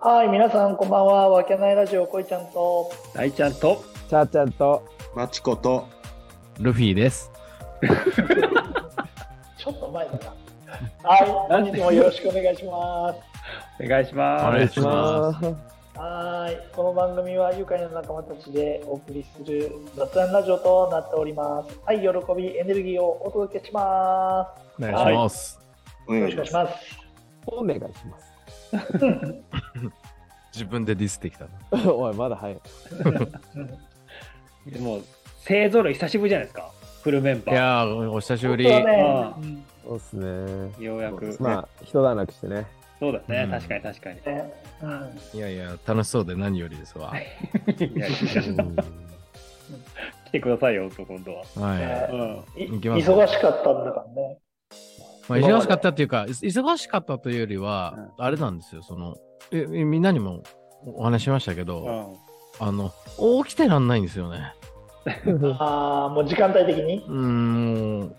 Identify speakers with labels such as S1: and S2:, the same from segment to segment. S1: はい、皆さんこんばんは。わけないラジオ、こいちゃんと。
S2: 大ちゃんと
S3: チャーちゃんと
S4: マチコと
S5: ルフィです。
S1: ちょっと前だな。 はい、本日もよろしくお願いします。
S2: お願いします。
S5: お願いします
S1: はい、この番組は愉快な仲間たちでお送りする雑談ラジオとなっております。はい、喜び、エネルギーをお届けします。
S5: お願いします。
S4: お
S1: よ
S4: 願
S1: ろ
S4: い
S1: し
S4: し
S1: くお願
S4: ま
S1: いし
S4: す。
S1: ます。
S3: お願いします
S5: 自分でディスってきたな。
S3: おいまだ早い
S2: でも、勢ぞろい久しぶりじゃないですか、フルメンバー。
S5: いやー、お久しぶり。
S1: 本当
S2: あ
S1: は
S2: あ
S1: ね
S3: そうっすね
S2: ようやく。
S3: まあ一段落してね
S2: そうだね、
S5: うん
S2: 確かに確か に。
S1: ねうん
S5: いやいや、楽しそうで何よりですわ。
S2: いやいや
S3: うん
S2: 来てくださいよ、と今度は。
S5: はい。
S2: う
S1: い
S2: ん。
S5: 行きます
S1: 忙しかったんだからね。
S5: まあ、忙しかったっていうか、い忙しかったというよりは、あれなんですよ、その、ええみんなにもお話ししましたけ
S2: う
S5: ど、
S2: ん
S5: あの、起きてらんないんですよね。
S1: ああ、もう時間帯的に
S5: うーん、もう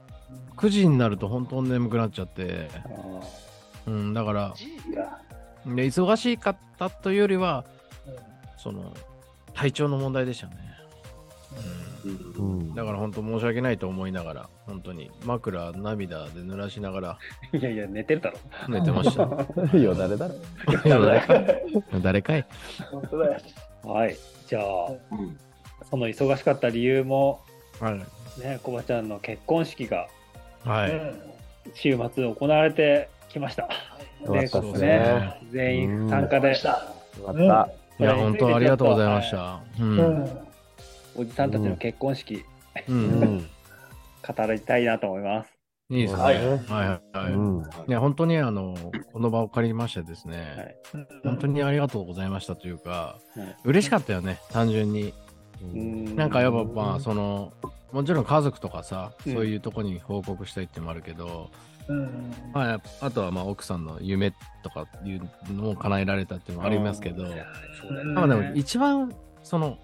S5: 9時になると本当に眠くなっちゃって、
S2: うん
S5: うん、だから、
S1: ?G が。
S5: で忙しかったというよりは、
S1: うん
S5: その、体調の問題でしたね。うん
S3: うん
S5: だから本当申し訳ないと思いながら、本当に枕、涙で濡らしながら
S2: いやいや、寝てるだろ。
S5: 寝てました。
S3: よだれだろ
S5: 誰かい 誰かい
S1: 本当だよ。
S2: はい。じゃあ、
S4: うん
S2: その忙しかった理由も、
S5: はい。
S2: ね、コバちゃんの結婚式が
S5: は
S1: う
S5: い。
S1: ん
S2: 週末行われてきました。
S3: よかったっ
S2: 全
S3: す
S2: 国
S3: ね
S2: ね、全員参加
S1: で
S2: で
S1: し。た。
S3: よかっ
S5: いや、本当ありがとうございました。う。
S1: うんん。
S2: おじさんたちの結婚式、
S5: う。
S3: たうんん
S2: 語りたいなと思います。
S5: いいですね。
S3: は
S5: はいいはいはい。いや、本当にあの、この場を借りましてですね、本当にありがとうございましたというか
S2: はい、
S5: 嬉しかったよね、単純に。
S2: うん
S5: なんかやっぱま
S3: う
S5: あ、
S3: ん
S5: その、もちろん家族とかさ、
S2: う
S5: そ
S2: ん
S5: ういうとこに報告したいってのもあるけど、
S1: うん。
S5: まあ、あとはまあ奥さんの夢とかいうのも叶えられたっていうのもありますけど、
S2: うんそうだよね
S5: まあでも一番その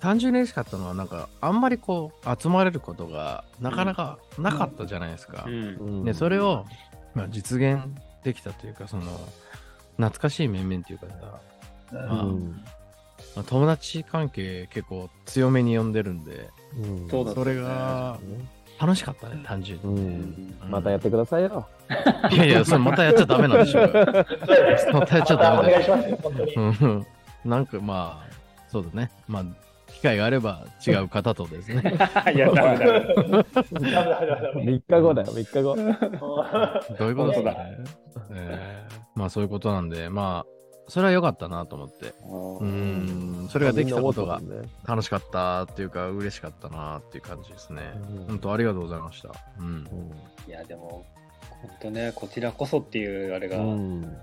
S5: 単純に嬉しかったのはなんかあんまりこう集まれることがなかなかなかったじゃないですか。
S2: うん
S3: うん
S5: でそれを、まあ、実現できたというかその懐かしい面々というかさ、
S3: う
S5: まあ
S3: ん
S5: まあ友達関係結構強めに呼んでるんで
S3: うん
S2: そうだ
S5: それが楽しかったね単純
S3: う
S5: に。
S3: ん
S5: うん
S3: またやってくださいよ
S5: いやいやそれまたやっちゃダメなんでしょう よ。またやっちゃダ
S1: また
S5: メ
S1: お願い
S5: だよ
S1: し。ますよ、本当に。
S5: うんなんかまあ、そうだね。まあ、機会があれば違う方 とですね、
S2: いや、ダメダ
S1: ダメダ
S2: メ。
S1: メダメダメ
S3: 3日後だよ3日後
S5: どういうことですか
S2: 本
S5: ね。えーまあそういうことなんで、まあ、それは良かったなと思って。
S3: う
S5: う
S3: ん
S5: ん、それができたことが
S3: みんな思って
S5: 楽しかったっていうか、嬉しかったなっていう感じですね。
S3: うん
S5: 本当ありがとうございました。うん
S3: た。もんね
S2: いや、でも、本当ね、こちらこそっていうあれ
S3: う
S2: が
S3: ん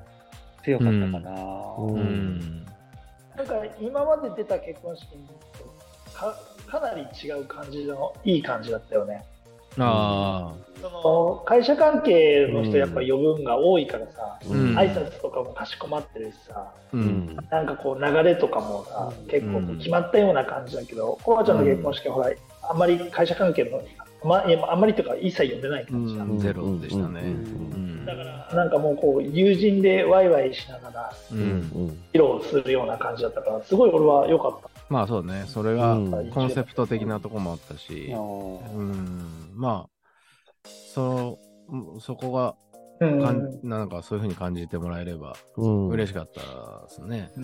S2: 強かったかな。
S3: うん
S5: うん。
S1: なんか今まで出た結婚式にかかなり違う感じのいい感じだったよね
S5: あ
S1: その会社関係の人やっぱ呼ぶんが多いからさ、
S5: うん
S1: 挨拶とかもかしこまってるしさ
S5: あ、う
S3: うんん。
S1: なんかこう流れとかもさ、結構こう決まったような感じだけど、コバちゃんの結婚式はほらあんまり会社関係のまいやあんまりというか一切呼んでない感じだ、
S5: うんゼロでしたね
S3: うん
S5: うん
S1: だからなんかもうこう友人でワイワイしながら
S5: うん。
S1: 披露するような感じだったからすごい俺は良かった
S5: まあそうね、それが
S3: うん
S5: コンセプト的なとこもあったし、
S2: あ
S5: うん、まあ、そう、そこが
S1: うん
S5: かん、なんかそういうふうに感じてもらえれば
S3: うん
S5: 嬉しかったですね。
S1: うん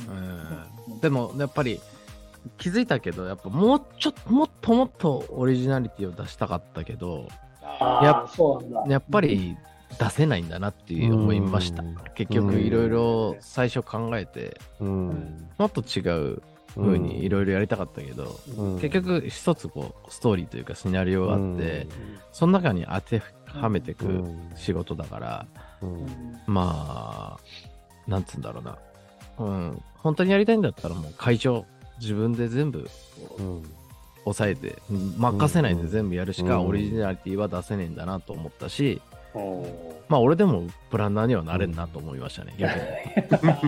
S5: うん、でもやっぱり気づいたけど、やっぱもうちょっと、もっともっとオリジナリティを出したかったけど、
S1: あ
S5: や
S1: あそうなんだ
S5: やっぱり出せないんだなっていう思いました
S3: うん。
S5: 結局
S3: うん
S5: いろいろ最初考えて、
S3: うん
S5: もっと違う風にいろいろやりたかったけど、
S3: うん
S5: 結局一つこうストーリーというかシナリオがあって、
S2: うん
S5: その中に当てはめていうく
S3: ん
S5: 仕事だから、
S3: うん
S5: まあ、なんつうんだろうな。うん。本当にやりたいんだったらもう会場、自分で全部
S3: うん
S5: 抑えて、任せないで全部やるしか
S3: うん
S5: オリジナリティは出せねえんだなと思ったし、
S2: あおー
S5: まあ俺でもプランナーにはなれんなと思いましたね、逆に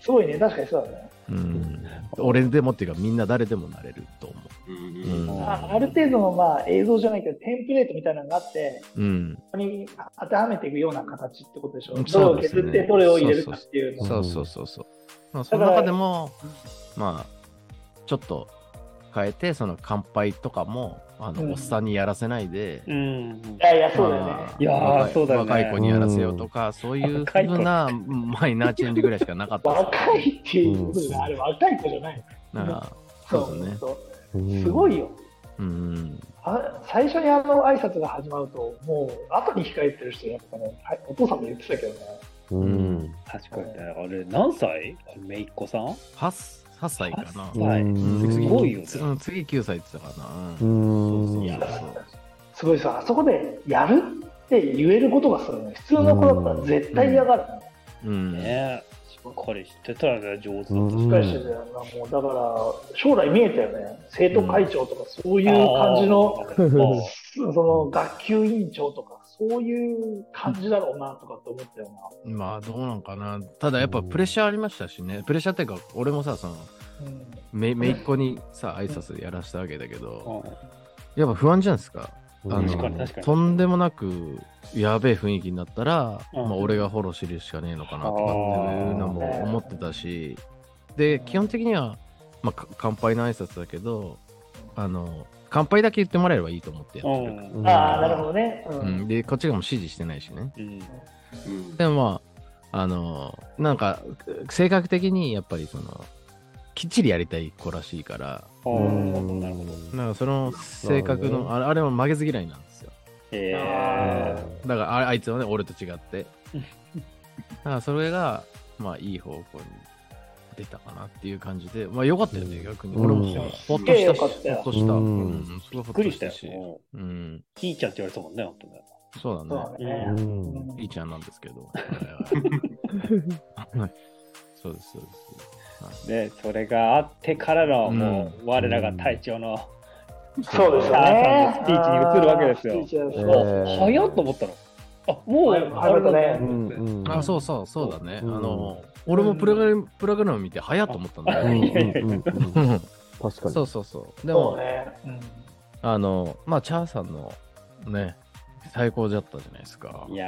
S1: すごいね、確かにそうだね。
S5: うん、俺でもっていうかみんな誰でもなれると思
S3: うん
S5: うん
S1: あある程度のまあ映像じゃないけど、テンプレートみたいなのがあって、
S5: う。うん。
S1: そこに当てはめていくような形ってことでしょ。
S5: う
S1: ど
S5: ん
S1: れ
S5: そ
S1: を
S5: うです
S1: 削
S5: ね
S1: ってどれを入れるかっていうの。
S3: ん
S5: そうそうそうそう。まあ、その中でも、まあ、ちょっと変えて、その乾杯とかも、あの、
S1: うん
S5: おっさんにやらせないで、
S2: うん
S1: い。やいや、そうだよね。
S5: まあ
S2: いやー
S5: 若
S2: そうだよね
S5: 若い子にやらせようとか、そういうふうなマイナーチェンジぐらいしかなかったです
S1: 若いっていうことで、あれ若い子じゃない。
S5: だからそうですね。
S1: そう
S3: うん
S1: すごいよ。
S5: うん。
S1: あ最初にあの挨拶が始まると、もう後に控えてる人、やっぱね、はいお父さんも言ってたけどね、
S3: うん。
S2: 確かにね。あれ、何歳あれ、めいっ子さん
S5: 8, 8歳かな。
S2: うんはい
S3: うん
S2: すごいよね。
S5: つうん、次9歳って言ってたかな。
S3: う
S5: うん
S3: ん。
S5: そうそう
S1: いや
S5: そう
S1: すごいさ、あそこでやるって言えることがするね、普通の子だったら絶対嫌がるね、
S5: そう。うん。
S2: ねしっかりしてたらね、上手だった
S3: う
S2: し
S3: ん
S1: しっかりしてたよな、もうだから、将来見えたよね、生徒会長とか、そういう感じの、
S2: あー
S1: その学級委員長とか、そういう感じだろうなとかって思ったよ
S5: まあどうなんかな。ただやっぱプレッシャーありましたしね。プレッシャーっていうか、俺もさ、その、
S1: な。うん
S5: めめいっ子にさ、挨拶やらしたわけだけど、
S2: うん
S5: やっぱ不安じゃないですか。あの
S2: 確かに確かに
S5: とんでもなく、やべえ雰囲気になったら、
S2: うん
S5: まあ、俺がフォローしてるしかねえのかなとかっていうのも思ってたし、で、基本的には、まあ、か乾杯の挨拶だけど、あの、乾杯だけ言ってもらえればいいと思ってやってるか
S3: うん
S1: ああ、なるほどね。う
S5: ら。
S1: ん
S5: うん、で、こっちがもう指示してないしね。
S2: うん
S5: でもまあ、あのなんか、性格的にやっぱりその、きっちりやりたい子らしいから、
S2: うんなるほど。
S5: なんかその性格
S3: なるほ
S5: の、あれあれも負けず嫌いなんですよ。
S2: え
S1: あ
S2: え
S5: だからああいつはね、俺と違 って
S2: うん。
S5: だからそれが、まあいい方向に出たかなっていう感じで、まあよかったよね、
S3: うん
S5: 逆に。
S3: うん
S5: 俺もほほっと
S1: すげえ
S5: し
S1: よ
S5: た
S1: かっ
S5: した
S1: よ
S5: ほっとした。
S3: う
S5: うんん、すご
S2: び
S5: いほっ
S2: っく
S5: と
S2: り
S5: し
S2: した
S5: た
S2: よ
S5: し。。
S2: うん
S5: うん、
S2: ひーちゃんって言われてたもんね、本当ね。
S5: そうだね。
S1: そうだね
S2: う。
S3: うん
S5: いいちゃんなんですけど。はいはいそうです、そうです。
S2: で、それがあってからの、もう、我らが隊長の、
S1: そうですよ
S2: あー
S1: ね
S2: さんの。スピーチに移るわけですよ
S1: あースピーチ
S3: え
S1: だ
S3: ー
S1: そう
S2: あ早っと思ったの。あ、もう、
S1: 早かったね
S3: うんうん
S5: あそうそうそうだね、
S3: うん
S5: あの俺もプログラムプログラム見て早っと思ったんだ
S3: うん
S5: よ、
S3: うんうん
S5: うん
S3: 確かに。
S5: そうそうそうで
S1: そう
S5: も
S1: ね。うん
S5: あのまあチャーさんのね最高だったじゃないですか
S2: いや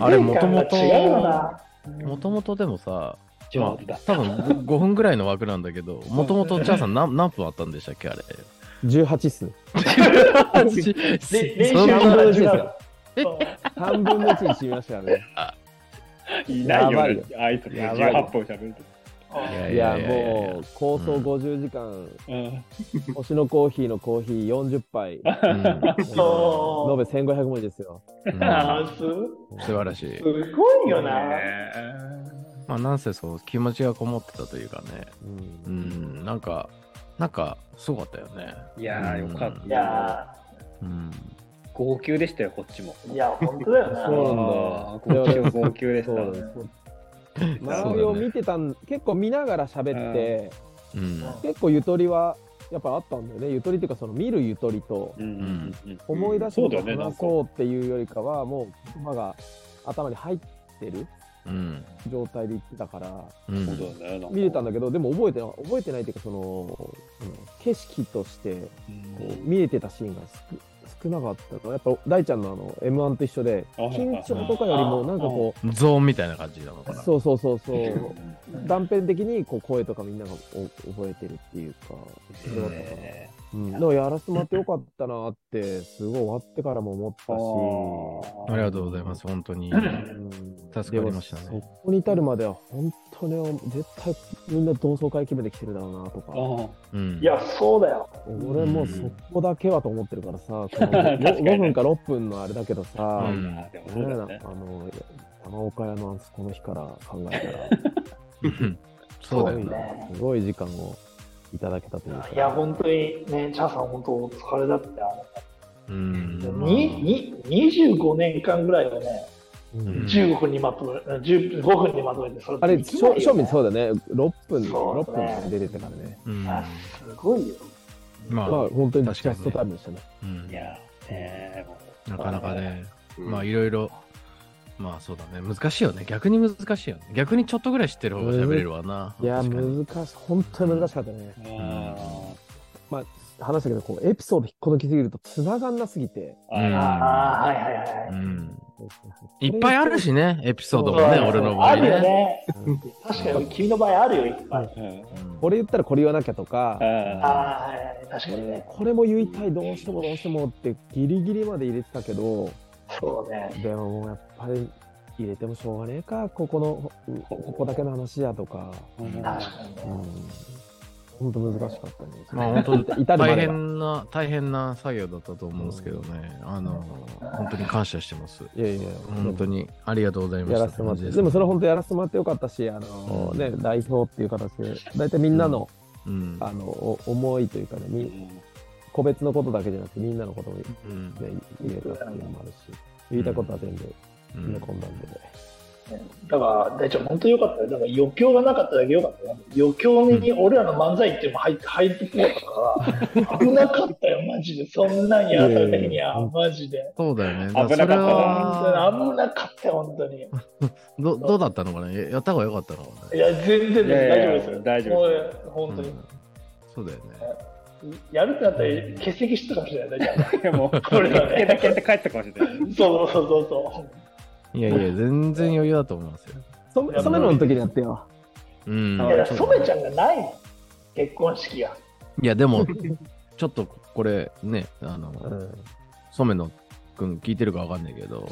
S5: あれもともと
S1: 世界観が違うよな
S5: もともとでもさ、
S2: ー、上手だ。
S5: 多分 5, 分ぐらいの枠なんだけどもともとチャーさん何何分あったんでしたっけあれ
S3: 18っす。
S1: れ練習の話が
S3: 半分の1ですよ。
S5: そんな
S1: そう
S3: 半分の1にしましたね。
S2: いない
S3: やば
S2: よ
S3: いよ
S2: ね、あいつね、
S3: やばいよ
S2: 18分喋ると。
S1: うん
S3: いや、もう、構想50時間、
S2: うん
S3: 星のコーヒーのコーヒー40杯、 延
S5: うんうん
S3: べ
S1: そう
S3: 1500文字ですよ。
S1: あ ーす
S5: 素晴らしい
S1: すごいよな。
S5: まあなんせそう気持ちがこもってたというかね
S3: う
S5: うんんなんかなんかすごかったよね
S2: いやー、よかっ
S5: うん
S1: い
S2: た。
S1: や
S5: うん
S2: 号泣でしたよ、こっちも。
S1: ー、いや、本当だよな。
S3: そ
S2: あ
S3: うなんだ
S2: ー号泣、号泣でし
S3: そうなんで
S2: た。
S3: す。周りを見てたん、結構見ながら喋って、
S5: うん
S3: 結構ゆとりはやっぱあったんだよね。ゆとりっていうか、その見るゆとりと、
S2: うんうんうん
S3: 思い出し
S2: そう
S3: と
S2: だ
S3: か
S2: よね、なん
S3: 話
S2: か。
S3: そうっていうよりかは、もう言葉が頭に入ってる
S5: うん
S3: 状態で言ってたから、
S5: う
S2: そうんだよね、なんか
S3: 見れたんだけど、でも覚えてな覚えてないっていうか、その、うん景色としてこう見えてたシーンが少少なかったから、やっぱ大ちゃんのあの M1 と一緒で、
S2: あはい
S3: 緊張とかよりも、なんかこ
S5: ゾーンみたいな感じなのか
S3: う、
S5: な。
S3: そうそうそうそうう、
S2: ん
S3: 断片的にこう声とかみんながお覚えてるっていうか、それだったから。
S2: え
S3: うん、だからやらせてもらってよかったなって、すごい終わってからも思ったし、
S2: ー
S5: ありがとうございます、本当に。助かりましたね
S3: でもそこに至るまでは、本当に絶対みんな同窓会決めてきてるだろうなとか、
S2: あ
S5: うん、
S1: いや、そうだよ。
S3: 俺もうそこだけはと思ってるから さ、この
S2: 確かにね
S3: 5分か6分のあれだけどさ、
S5: うん
S2: あ、でも
S3: ね
S2: そうだよね
S3: あ。の山岡屋のあそこの日から考え
S5: うん
S3: た
S5: そうだ
S3: ら、
S5: よ
S3: すごい
S5: な。
S3: なすごい時間をいただけたというか。
S1: いや、本当にね、チャーさん、本当お疲れだった
S5: うん
S1: よ。
S5: まあ
S1: にに25年間ぐらいをね、
S3: うん
S1: 15分にまとめ、15分にまとめて、それ
S3: あれ、
S1: できないよね
S3: 正味そうだね、6分、
S1: そう
S3: 6分出てたからね。
S5: うん
S1: あすごいよ。
S5: ま
S3: ま
S5: あ
S3: あ、、本当に
S5: 確
S3: キャ
S5: かに
S3: ス
S5: ね
S3: トタイムでしたね。
S5: うん
S2: いや、ねえもう
S5: なかなかね、
S4: うん
S5: まあいろいろ、まあそうだね、難しいよね。逆に難しいよね。逆にちょっとぐらい知ってる方が喋れるわな。
S3: いや、
S5: 確かに
S3: 難しい。本当に難しかったね。
S2: あ
S3: まあ、話したけど、こう、エピソード引っこ抜きすぎると、繋がんなすぎて。
S2: ーあ
S1: ああ、はいはいはい。
S5: うん。いっぱいあるしね、エピソードも
S1: そう
S5: ね、
S1: だよ
S5: 俺の場合
S1: あるよ
S5: ね。
S1: ね。
S3: うん。
S1: 確かに、君の場合あるよ、いっぱい。
S2: ーうん
S5: うん
S3: これ言ったらこれ言わなきゃとか、
S1: あ
S2: あ
S1: あ、はいはい、確かにね。
S3: これも言いたい、どうしてもどうしてもって、ギリギリまで入れてたけど、
S1: そうね。
S3: でももうやっぱり、入れてもしょうがねえか、ここの、こここだけの話やとか、
S1: 確
S2: ー
S1: かに
S3: う
S1: ね。
S3: ん。本当難しかったね。
S5: まあ本
S3: 当至るま
S5: 大
S3: でが。
S5: 変な、大変な作業だったと思うんですけどね。あの、本当に感謝してます。
S3: いやいや、
S5: 本当にありがとうございまし
S3: や
S5: た。
S3: らせてもらっ
S5: 感
S3: て、
S5: じ
S3: でもそれ
S5: す
S3: 本当やらせてもらってよかったし、あの
S5: うん
S3: ね、代表っていう形で、大体みんなの、
S5: うん。
S3: あの、お思いというかね、み個別のことだけじゃなくて、みんなのことを、ね、
S5: うん
S3: 入れたっていうのもあるし、言いたいことは全部
S5: う
S3: 詰
S5: ん
S3: め込んだんで、
S1: だから、大ちゃん、本当よかったよ。だから余興がなかっただけよかったよ。余興に俺らの漫才っていうのも入って、入ってきてたから、危なかったよ、マジで。そんなんやらされた日には、マジで。
S5: そうだよね。だ
S2: 危なかったな
S5: それは
S1: 本当に危なかったよ、本当に。
S5: どどうだったのかなややった方が良かったのか
S1: い
S5: な
S1: や、全然
S2: いやいや
S1: 大丈夫ですよ。
S2: 大丈夫で
S1: もう、本当
S5: う
S1: に。
S5: んそうだよね。
S1: やるってなったら、欠席してたかもしれない、大ちゃん。
S2: でもう、
S1: これだね
S2: だけって帰ったかもしれない。
S1: そうそうそうそう。
S5: いやいや、全然余裕だと思いますよ。
S3: そそんなのの時にやってよ。
S5: うん。
S1: いやだから染めちゃんがないの結婚式が。
S5: いや、で も、ちょっとこれね、あの、染野くん聞いてるかわかんないけど、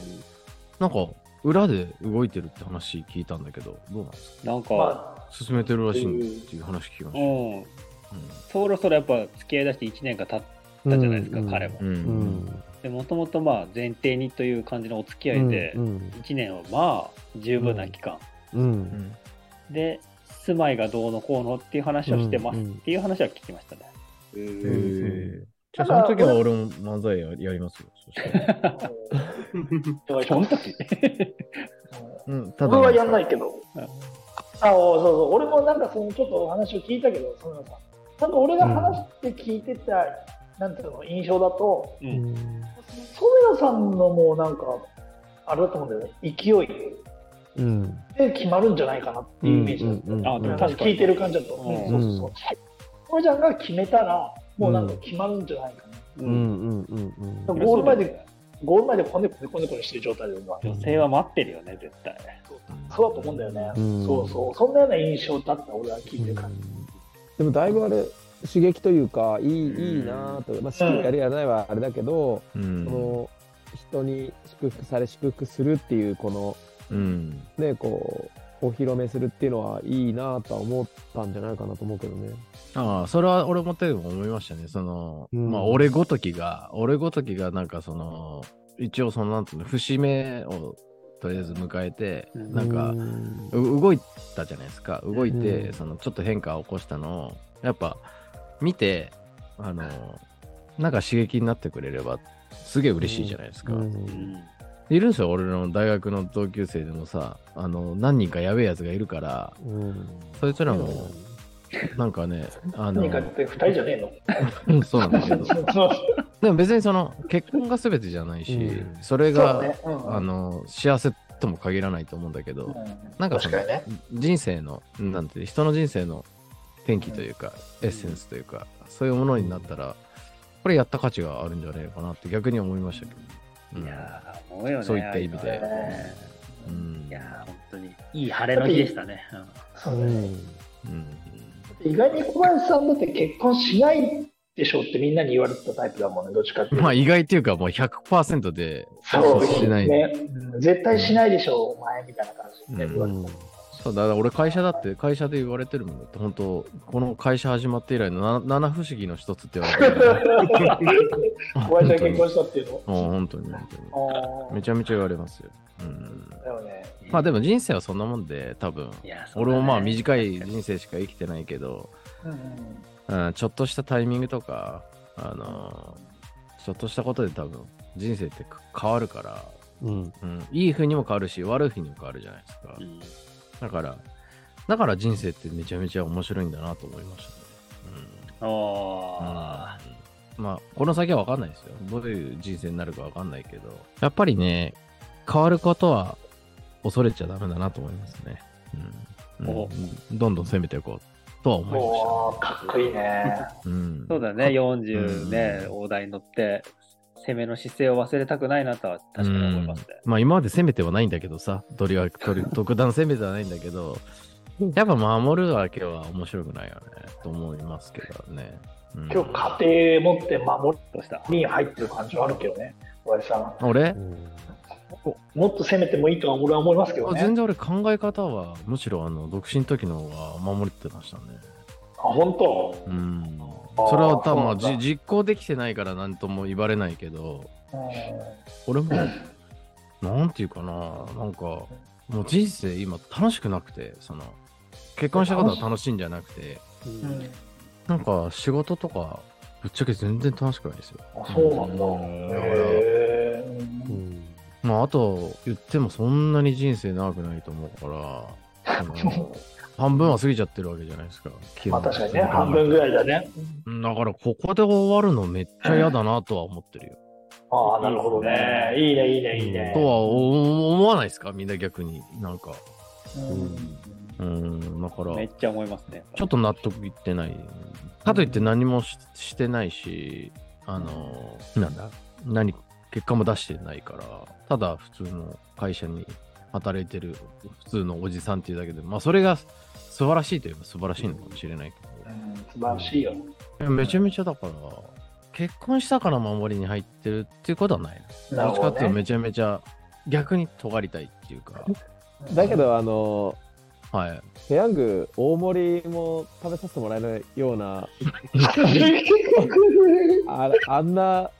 S5: なんか、裏で動いてるって話聞いたんだけど、どうなんですか
S2: なんか、
S1: まあ、
S5: 進めてるらしいっていう話聞きま
S2: う
S5: し
S2: ん、そろそろやっぱ付き合いだして1年が経ったじゃないですか、彼も
S5: た。う。。
S3: うんん。
S2: でもともとまあ前提にという感じのお付き合いで、
S3: うん。
S2: 1年はまあ十分な期間、
S3: う。
S5: うんん
S2: で住まいがどうのこうのっていう話をしてます
S3: うんうん
S2: っていう話は聞きましたね。
S5: へーじゃあ、そ
S1: ただ
S5: の時は俺も漫才ややりますよ。そしたら
S1: だから
S2: その時
S5: うん、ただ
S1: 俺はやんないけど。
S2: うん
S1: あおそうそう俺もなんかそのちょっとお話を聞いたけど、そのさなんか俺が話して聞いてた、なんていうの印象だと、
S2: う、
S3: うんん。
S1: ソメさんのもうなんか、あれだと思うんだよね、勢い
S3: うん。
S1: で決まるんじゃないかなっていうイメージだった。
S3: うんうんうん
S2: あでも確かに
S1: 聞いてる感じだと。
S2: うん
S1: うんそうそうそう。ソメちゃんが決めたら、もうなんか決まるんじゃないかな。
S3: う。
S2: うん
S3: うん。うん。うん。
S1: ゴール前で、ゴール前でこねこねこねこねしてる状態で、今。
S2: 女性は待ってるよね絶対。
S1: そうだと思うんだよね。
S3: うん
S1: そうそう。そんなような印象だった、俺は聞いてる感じ。
S3: でもだいぶあれ刺激というかいい,、いいなぁと、まあ、好きやるやらないはあれだけど、
S5: うん
S3: その人に祝福され祝福するっていうこの
S5: うん。
S3: ねこうお披露目するっていうのはいいなぁとは思ったんじゃないかなと思うけどね。
S5: ああ、それは俺もでも思いましたね。その、
S3: うん
S5: まあ、俺ごときが、俺ごときが、なんかその、一応その、なんつうの、節目をとりあえず迎えて、
S2: うん
S5: なんか
S3: う、
S5: う動いたじゃないですか。動いて、
S3: うん
S5: その、ちょっと変化を起こしたのを、やっぱ、見て、あの、なんか刺激になってくれれば、すげえ嬉しいじゃないですか。
S3: うん
S2: うん
S5: いるんですよ、俺の大学の同級生でもさ、あの、何人かやべえやつがいるから、
S3: うん
S5: そいつらも、なんかね、あの
S1: 何、かって二人じゃねえの
S5: うんそうなんだけど。
S1: そう
S5: でも別にその結婚が全てじゃないし、
S3: うん
S5: それ
S1: だ
S5: が、
S1: ね。うん
S5: あの幸せとも限らないと思うんだけど、
S1: うん
S5: なんかそ
S1: 確か
S5: の
S1: にね。
S5: 人生のなんて人の人生の転機というか、エッセンスというかそういうものになったらこれやった価値があるんじゃないかなって逆に思いましたけど、うん
S2: いやー思うよね。
S5: そういった意味で
S2: ね
S5: うん
S2: いやー本当にいい晴れの日でしたね。うん
S1: そう
S3: う
S1: ね
S3: ん
S5: うん
S1: 意外に小林さんだって結婚しないでしょうってみんなに言われてたタイプだもんね、どっちかっていうと。
S5: まあ意外っていうかもう100%で
S1: そう
S5: しない、
S1: ね。うん絶対しないでしょう、お前みたいな感じで言われてた。
S5: そうだから俺会社だって会社で言われてるもんだって本当この会社始まって以来のな七不思議の一つって言われてる からね
S1: 小林さん結婚
S5: 本
S1: したっていうの
S5: 当にうん本当に本当に
S1: あ
S5: めちゃめちゃ言われますよ。うん、
S1: ーだよね。
S5: まあでも人生はそんなもんで、多分、
S2: いやそうだ
S5: 俺
S2: ね
S5: もまあ短い人生しか生きてないけど、
S1: うんうん
S5: うん、ちょっとしたタイミングとか、あのーちょっとしたことで多分人生って変わるから、
S3: うん
S5: うん、いい風にも変わるし、悪い風にも変わるじゃないですか
S2: う。ん
S5: だから、だから人生ってめちゃめちゃ面白いんだなと思いましたね。
S2: ああ、
S5: うんまあ、この先は分かんないですよ。どういう人生になるか分かんないけど、やっぱりね、変わることは恐れちゃダメだなと思いますね。うん。うん
S2: お
S5: どんどん攻めていこうとは思いました。
S1: もう、かっこいいね。
S5: うん、
S2: そうだね、40ね、大台に乗って、攻めの姿勢を忘れたくないなとは確かに思いますね。
S5: まあ今まで攻めてはないんだけどさ、鳥は鳥特段攻めてはないんだけど、やっぱ守るわけは面白くないよね、と思いますけどね。うん
S1: 今日家庭持って守
S2: どうした
S1: りに入ってる感じはあるけどね、小林さん。
S5: 俺、
S1: もっと攻めてもいいとは俺は思いますけど
S5: あ
S1: ね。
S5: 全然俺考え方は、むしろあの独身の時の方が守ってましたね。
S1: あ本当、
S5: うん。
S1: あー
S5: それは多分ま
S1: そ
S5: あ
S1: うな
S5: じ
S1: んだ
S5: 実行できてないから何とも言われないけど、
S1: う
S5: 俺も、なんていうかな、なんか、もう人生今楽しくなくて、その、結婚したことは楽しいんじゃなくて、
S1: んうん
S5: なんか仕事とか、ぶっちゃけ全然楽しくないですよ。
S1: あそうなんだ。へえ
S5: まあ、あと、言ってもそんなに人生長くないと思うから、あ の半分は過ぎちゃってるわけじゃないですか。
S1: まあ確かにね、半分ぐら
S5: い。
S1: いだね。
S5: だから、ここで終わるのめっちゃ嫌だなとは思ってるよ。
S1: ああ、なるほどね。いいね、いいね、いいね。
S5: とはお思わないですかみんな逆に。なんか。
S1: うん
S5: うん、だから
S2: め、っちゃ思いますね。
S5: ちょっと納得いってない。かといって何もししてないし、あの、なんだ何、結果も出してないから、ただ普通の会社に働いてる普通のおじさんっていうだけで、まあそれが素晴らしいといえば素晴らしいのかもしれないけ
S1: うん素晴らしいよ。
S5: ど、めちゃめちゃだから、結婚したから守りに入ってるっていうことはない。
S1: なる
S5: どっち
S1: ほ
S5: か
S1: ど
S5: っていうと
S1: ね。
S5: めちゃめちゃ逆に尖りたいっていう か、
S3: だけど、あの、
S5: はい。
S3: ペヤング大盛りも食べさせてもらえないような、 あれあんな、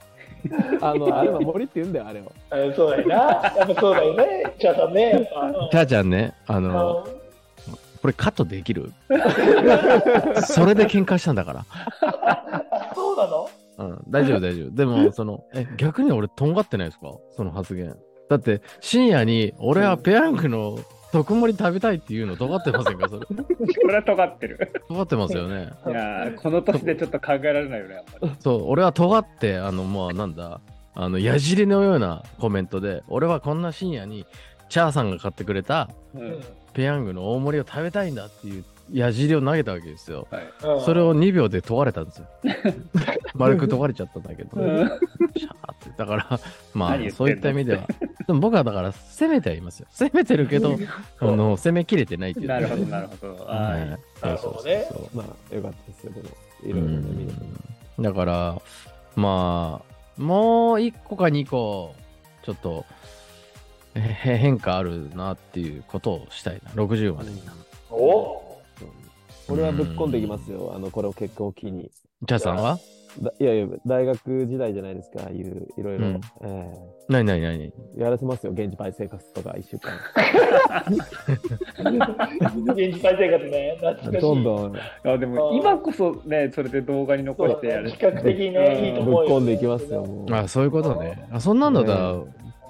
S3: あの、あれは盛りって言うんだよ、あれを。
S1: えそうだよな。やっぱそうだよね。じゃあさんね、やっぱ。
S5: チャーちゃんね、あ
S1: あ
S5: の、
S1: の
S5: これカットできる それで喧嘩したんだから。
S1: あそうなの
S5: うん、大丈夫大丈夫。でも、その、え、逆に俺、とんがってないですかその発言。だって、深夜に、俺はペヤングの特盛り食べたいっていうの、とがってません かそれ。
S2: これは尖って る。
S5: とがってますよね。
S2: いやーこの年でちょっと考えられないよね、やっぱり。
S5: そう、俺はとがって、あの、もう、なんだ、あの、矢尻のようなコメントで、俺はこんな深夜に、チャーさんが買ってくれた
S2: う
S1: うん
S5: ペヤングの大盛りを食べたいんだっていう矢尻を投げたわけですよ。
S2: はい
S1: ん
S5: それを2秒で問われたんで すよ。丸く問われちゃったんだけど。
S2: うん
S5: シャーってだから、まあ
S2: 何言ってん、の
S5: そういった意味では。でも僕はだから、攻めてはいますよ。攻めてるけど、あの攻めきれてないっていう。
S2: なるほど、なるほど。
S5: は
S2: あ
S5: い
S2: ー
S5: そうそうそう
S1: なるほ
S5: そう
S3: まあ、よかったですよ、でも。い
S5: い
S3: ろいろ
S5: ろいろ
S3: ね
S5: ね
S3: 見
S5: 見
S3: れ
S5: れ
S3: て
S5: てだから、まあ、もう1個か2個、ちょっと、へ変化あるなっていうことをしたいな。60まで。
S1: お
S3: そう俺はぶっこんできますよ、あの、これを結婚を機に。
S5: チャーさんは
S3: だいやいや、大学時代じゃないですか、ああいう、いろいろ、
S5: うん
S3: え
S5: 何何何
S3: えやらせますよ、現地バイ生活とか、1週間。
S1: 現実体生活ね。懐かしい。
S3: どんどんぶっ
S2: あでも今こそね、それで動画に残してやる。
S1: 比較的ね、いいと思うよ。
S3: こんでいきますよ、。もう。
S5: あそういうことね。あそんなんだったら
S3: ね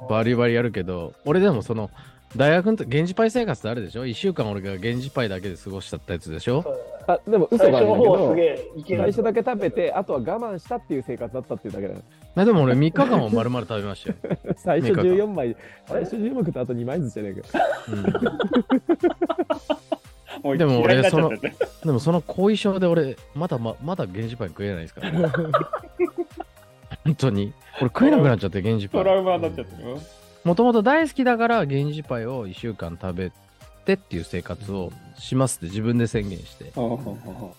S5: バリバリやるけど、俺でもその大学の時現地パイ生活ってあるでしょ ?1 週間俺が現地パイだけで過ごしちゃったやつでしょ
S3: あでも嘘
S1: 最
S3: があ
S1: 初
S3: るん
S1: の
S3: だけ
S1: 方すげ
S3: ど
S1: え、いけな
S3: 最
S1: い。
S3: 初だけ食 べてあとは我慢したっていう生活だったっていうだけだよ
S5: まあでも俺3日間も丸々食べましたよ。
S3: 最初
S5: メーカーか
S3: 14枚最初14枚食ったあと2枚ずつじゃねえか
S2: もう
S5: でも俺
S2: 嫌いになっちゃってて
S5: うん、でもその後遺症で俺、まだままだ現地パイ食えないですから、ね。本当に。俺食えなくなっちゃって、現地パ
S2: トラ
S5: イ。
S2: ウマになっちゃってるよ。
S5: もともと大好きだから、現地パイを1週間食べてっていう生活をしますって自分で宣言して。でも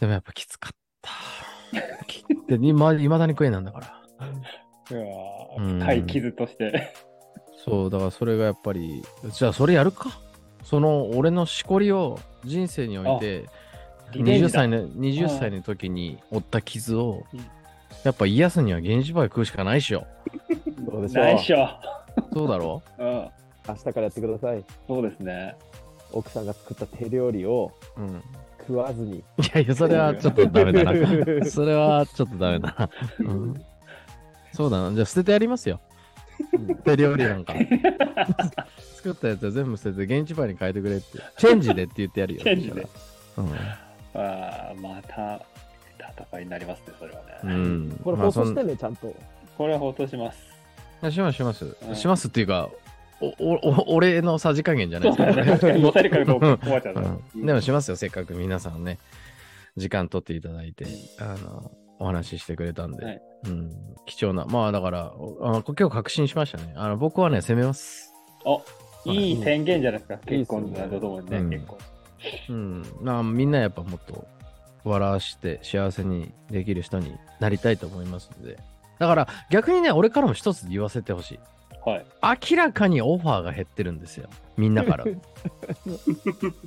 S5: やっぱきつかった。きで、いま未だに食えないんだから。
S2: うわ
S5: う
S2: ー
S5: ん
S2: 深い傷として。
S5: そう、だからそれがやっぱり、じゃあそれやるか。その俺のしこりを人生において、
S2: リベン
S5: 20
S2: ジだ
S5: 歳の20歳の時に負った傷を
S2: うん、
S5: やっぱ癒すには原子灰食うしかないっしょ。
S3: どうでしょう
S2: ないっしょ。
S5: そうだろ
S2: うん。
S3: 明日からやってください
S2: そうですね。
S3: 奥さんが作った手料理を
S5: う、 ん、い
S3: 食わずに
S5: やいや、それはちょっとダメだ な。それはちょっとダメだな。うんそうだな。じゃあ捨ててやりますよ。手料理なんか。作ったやつは全部捨てて、現地灰に変えてくれって。チェンジでって言ってやるよ。
S2: チェンジで。
S5: うん
S2: あーまた、だ戦いになりますね、それはね。
S5: うん。
S3: これ
S5: まあ
S3: 放送し
S5: そ
S3: て
S5: ん
S3: ね、ちゃんと。
S2: これは放送します。
S5: あしますします
S2: う。ん
S5: しますっていうか、おおお俺のさじ加減じゃない
S2: そ
S5: で
S2: う
S5: す
S2: だ
S5: から
S2: ね、確かにモサリからこう
S5: うん
S2: 壊ちゃうから
S5: うんでもしますよ、せっかく皆さんね、時間取っていただいて、あの、お話ししてくれたんで、
S2: はい
S5: うん、貴重な、まあだから、おあの今日確信しましたね。あの僕はね、攻めます。
S2: いい宣言じゃないですか、
S3: いいっ
S2: 結
S3: すね
S2: 婚とともにね、
S5: うん
S2: 結婚。
S5: うん、なみんなやっぱもっと笑わして幸せにできる人になりたいと思いますので、だから逆にね、俺からも一つ言わせてほしい。
S2: はい。
S5: 明らかにオファーが減ってるんですよ、みん なから。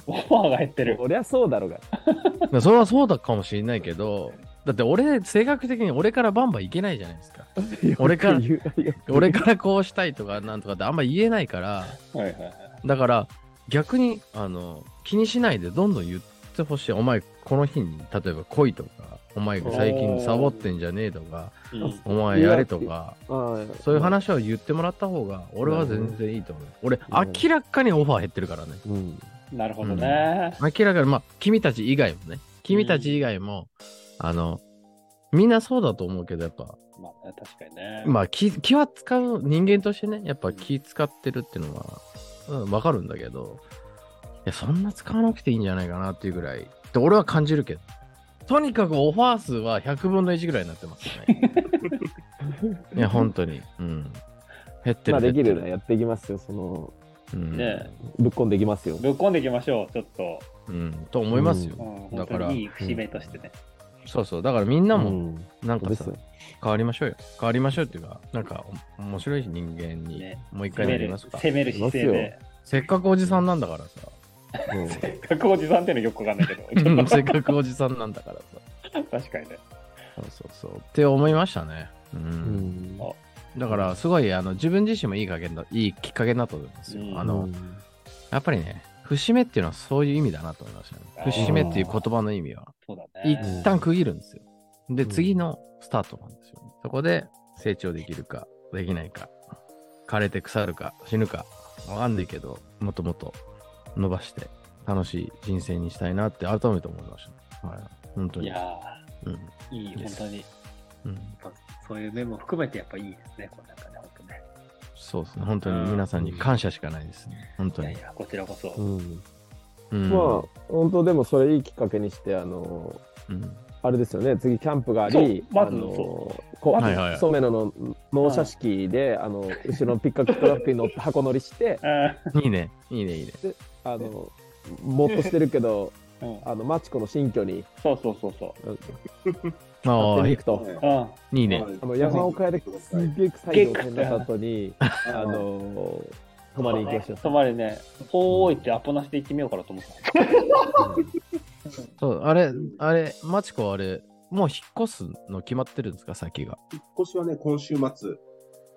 S2: オファーが減ってる。
S3: そりゃそうだろうが。
S5: まあそれはそうだかもしれないけど、だって俺、性格的に俺からバンバンいけないじゃないですか。俺から
S3: よく言う
S5: 俺からこうしたいとかなんとかってあんま言えないから、
S2: はいはいはい。
S5: だから逆にあの気にしないでどんどん言ってほしい。お前、この日に例えば来いとか、お前最近サボってんじゃねえとか、
S2: うん
S5: お前やれとか、
S3: はい
S5: そういう。話を言ってもらった方が俺は全然いいと思う。俺、明らかにオファー減ってるからね。
S3: うん。
S2: なるほどね。
S5: 明らかに、まあ、君たち以外もね、君たち以外も、あの、みんなそうだと思うけど、やっぱ、
S2: まあ、確かにね。
S5: まあ気、気は使う、人間としてね、やっぱ気使ってるっていうのは、うん、わかるんだけど、いや、そんな使わなくていいんじゃないかなっていうぐらい、って俺は感じるけど、とにかくオファー数は100分の1ぐらいになってますね。いや、本当に。うん。減ってる。
S3: まあでき
S5: 減
S3: る
S5: って
S3: な、やっていきますよ。その、
S5: うん。
S2: ね
S3: ぶっこんでいきますよ。
S2: ぶっこんでいきましょう、ちょっと。
S5: うん。と思います
S2: う
S5: よ。
S2: ん、
S5: だ
S2: 本
S5: か
S2: 当
S5: ら
S2: にいい節目としてね。
S5: そうそう。だからみんなも、
S3: ん。
S5: なんか
S3: で
S5: さ
S3: す、よ。
S5: 変わりましょうよ。変わりましょうっていうか、なんかお面白い人間に
S2: ね
S5: もう一
S2: 攻
S5: 回な
S2: め
S5: り
S2: る
S5: ますか。
S2: 攻める姿勢で。
S5: せっかくおじさんなんだからさ。
S3: うん
S2: 学校おじさんっていうのよくわかんないけど
S5: うんせっかくおじさんなんだからさ。
S2: 確かにね。
S5: そうそうそう。って思いましたね。うん。
S3: うん
S5: だから、すごいあの自分自身もいい加減だいいきっかけになったと思いますよ。
S2: うん
S5: あ
S3: う
S5: の
S3: ん、
S5: やっぱりね、節目っていうのはそういう意味だなと思いましたね。
S2: あー
S5: 節目っていう言葉の意味は、
S2: そうだ
S5: 一
S2: ね。
S5: 旦区切るんですよ。で、
S3: うん
S5: 次のスタートなんですよね。そこで成長できるか、できないか、枯れて腐るか、死ぬか、わかんないけど、もっともっと伸ばして、楽しい人生にしたいなって改めて思いましたね。はい。本当
S2: い
S5: に。
S2: や
S5: うん。
S2: ー、いい、
S5: で
S2: 本
S5: す
S2: 当に。
S5: うん
S2: そういう面も含めてやっぱいいですね、こうなんかね、本当ね。
S5: そうですね、本当に皆さんに感謝しかないですね、本当
S2: いや
S5: に
S2: い。や、こちらこそ。
S3: うん
S5: うん
S3: まあ、本当でもそれいいきっかけにして、あの、
S5: うん
S3: あれですよね、次キャンプがあ
S2: そう
S3: り、
S2: まず
S3: あの
S2: そ
S3: こう、
S5: まずはいはいはい
S3: ソメノの納車式で、あの後ろのピックアップトラックに乗って箱乗りして、
S2: う
S5: いいね、いいね、いいね。
S3: あのぼーっとしてるけど、
S2: んうん
S3: あのマチコの新居に
S2: そうそうそうそう。
S3: うん
S5: あ
S3: 勝
S5: あ、
S3: 手に
S5: い
S3: 行くと、
S2: うん
S5: いね。
S3: あの山岡屋ですっげえ臭い状態になった後に、あの泊まりに行きましょう。
S2: 泊まりね、おーいってアポなしで行ってみようかなと思って
S5: そう、あれ、あれ、マチコ、あれ、もう引っ越すの決まってるんですか、先が。
S4: 引っ越しはね、今週末。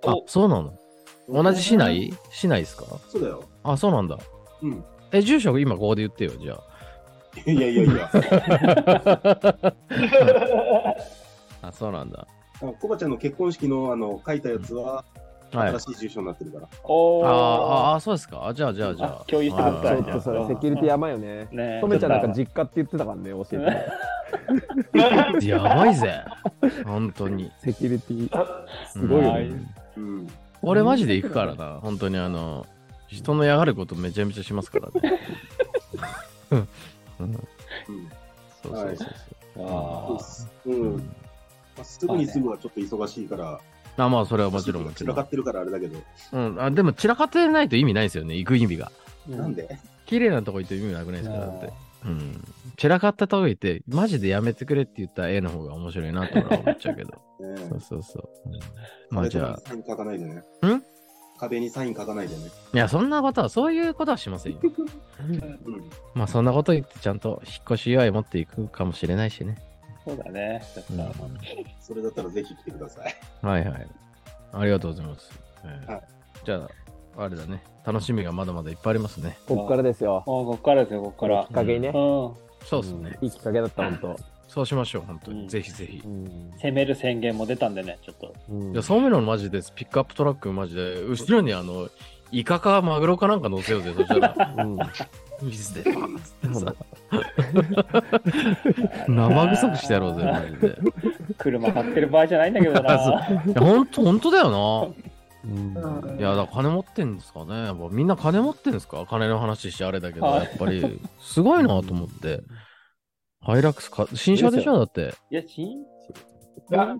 S5: あ
S2: お、
S5: そうなの同じ市内市内ですか
S4: そうだよ。
S5: あ、そうなんだ。
S4: うん。
S5: え、住所今ここで言ってよ、じゃ
S4: いやいやいや。
S5: あ。あ、そうなんだ。
S4: コバちゃんの結婚式のあの書いたやつ
S5: は
S4: は、
S5: い。あ
S4: 新しい住所になってるから。
S2: おー
S5: あ、あ、そうですか。あじゃあ、じゃあ、じゃあ。
S2: あ共有してくだ
S3: ち
S2: さい
S3: ょっとそれセキュリティ甘いよね。
S2: ねえ
S3: トメちゃんなんか実家って言ってたからね、教えてもらって。
S5: い。やばいぜ。本当に。
S3: セキュリティ。
S5: す
S3: ごいよ
S2: ね
S4: うん。
S5: 俺マジで行くからな、本当にあの、人の嫌がることめちゃめちゃしますからね。うん
S4: うん
S5: そうそうそうそう。
S2: あー
S4: うん。
S5: うん
S4: まあすぐにすぐはちょっと忙しいから、
S5: あまあ、それはもちろんもち
S4: 散
S5: ろ
S4: らか
S5: ん。
S4: ってるからあれだけど、
S5: うん、あでも散らかってないと意味ないですよね、行く意味が。
S4: なんで
S5: 綺麗なとこ行って意味なくないですから、だって。うん。散らかったとこ行って、マジでやめてくれって言った絵の方が面白いなと俺は思っちゃうけ ど。
S4: ね
S5: そうそうそう。うんまあじゃあ、
S4: 壁にサイン書かないでね。
S5: ん
S4: 壁にサイン書かないでね。
S5: いや、そんなことは、そういうことはしませんよ。
S4: うん。
S5: まあ、そんなこと言って、ちゃんと引っ越し祝い持っていくかもしれないしね。
S2: そうだね。ちょっ
S5: う
S2: と
S5: ん
S4: それだったらぜひ来てください。
S5: はいはい。ありがとうございます。えー
S4: はい
S5: じゃあ、あれだね。楽しみがまだまだいっぱいありますね。
S3: こっからですよ。
S2: あこっからですよ、こっから。
S3: きっかけにね。
S2: う
S5: そうですね。
S3: うんいいきっかけだった、本
S5: そうしましょう、本当に。
S2: うん
S5: ぜひぜひ。
S3: 当。
S5: い
S3: うん
S2: ん。攻める宣言も出たんでね、ちょっと。
S3: うん
S5: や、そうめのマジです。ピックアップトラックマジで、後ろにあの、イカかマグロかなんか乗せようぜ、そした ら。
S3: うん。
S5: 水で。
S3: そうだ
S5: 生臭くしてやろうぜ、マジで。
S2: 車買ってる場合じゃないんだけど な。
S5: いや、ほんと、ほんとだよ
S3: うん
S5: な。いや、だから金持ってんですかね。やっぱみんな金持ってんですか金の話してあれだけど、
S2: はい
S5: やっぱり、すごいなと思って。ハイラックスか、新車でしょだって。
S2: いや、新
S1: いや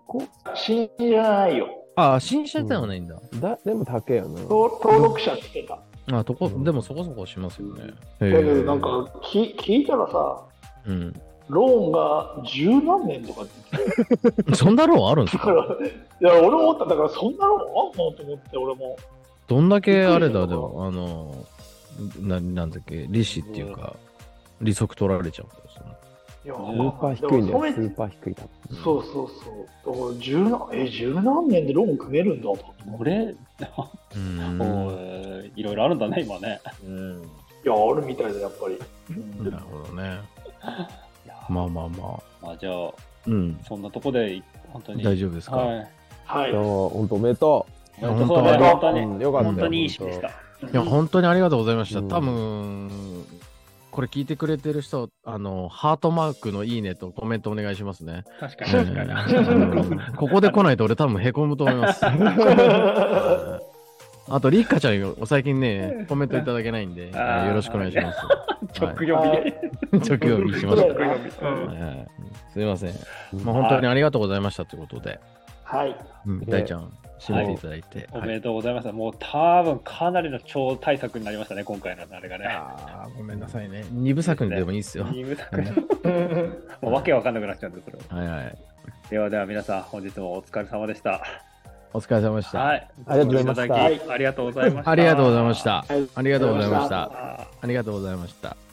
S1: 信じらないよ。
S5: あ、新車ではないんだ。
S3: だでも高いよな。
S1: 登登録者って言ってた。
S5: あ、とこ、
S3: うん
S5: でもそこそこしますよね。
S1: だけどなん
S5: へ
S1: かき聞いたらさ、
S5: え、うん。
S1: ローンが十何年とかって言って
S5: そんなローンあるんです
S1: たか、
S5: から
S1: いや、俺も思った、だからそんなローンあんのと思って、俺も。
S5: どんだけあれ
S1: びっくりした
S5: だ、でも、あの、ななんだっけ、利子っていうか、利息取られちゃうんですよね。
S1: いや、ス
S2: ス
S3: スーパー低いんだよ、スーパー低いだ。
S1: そうそうそう。だから十何、え、十何年でローン組めるんだと思って。
S2: 俺、
S5: うーん
S2: おーいろいろあるんだね、今ね。
S5: うん
S1: いや、あるみたいだ、やっぱり。
S5: なるほどね。
S2: いや
S5: まあまあまあ。
S2: まあ、じゃあ、
S5: うん。
S2: そんなとこで、本当に。
S5: 大丈夫ですか、
S2: はい。
S1: はい。
S3: 今日は本当おめでと
S5: や
S2: 本当
S5: 本当
S2: そうね本当
S3: う。
S2: に、
S3: うん、よかった。
S2: 本当にいい日でした。
S5: いや、本当にありがとうございました。
S3: うん
S5: 多分、これ聞いてくれてる人、あの、ハートマークのいいねとコメントお願いしますね。
S2: 確かに確かに。
S5: えー ここで来ないと俺多分へこむと思い ます。あと、リッカちゃんよ、最近ね、コメントいただけないんで、
S2: あー
S5: よろしくお願いし ます。
S2: 直
S5: は
S2: 読
S5: い
S2: み
S1: は
S2: で
S1: い。
S5: 直読みしまし
S1: 直読み
S2: う
S5: た。
S2: ん
S5: はいはいすいません。まあ、本当にありがとうございましたということで、
S1: はい。
S5: うん大ちゃん、締めていただいて。
S2: お
S5: はい
S2: めでとうございました。もう多分かなりの超対策になりましたね、今回のあれがね。
S5: あーごめんなさいね。二部作にでもいいですよ。
S2: 二部作
S5: ね
S2: もうわけわかんなくなっちゃうんで、それは。
S5: はいはい。
S2: ではでは皆さん、本日もお疲れ様でした。
S5: お疲れ様でした。
S2: はい。
S3: ありがとうございました
S2: お聞きただきありがとうございました。
S5: ありがとうございました。
S1: あり
S5: ありがとうございまし
S1: ありがとうございま
S2: た。
S5: た。ありがとうございました。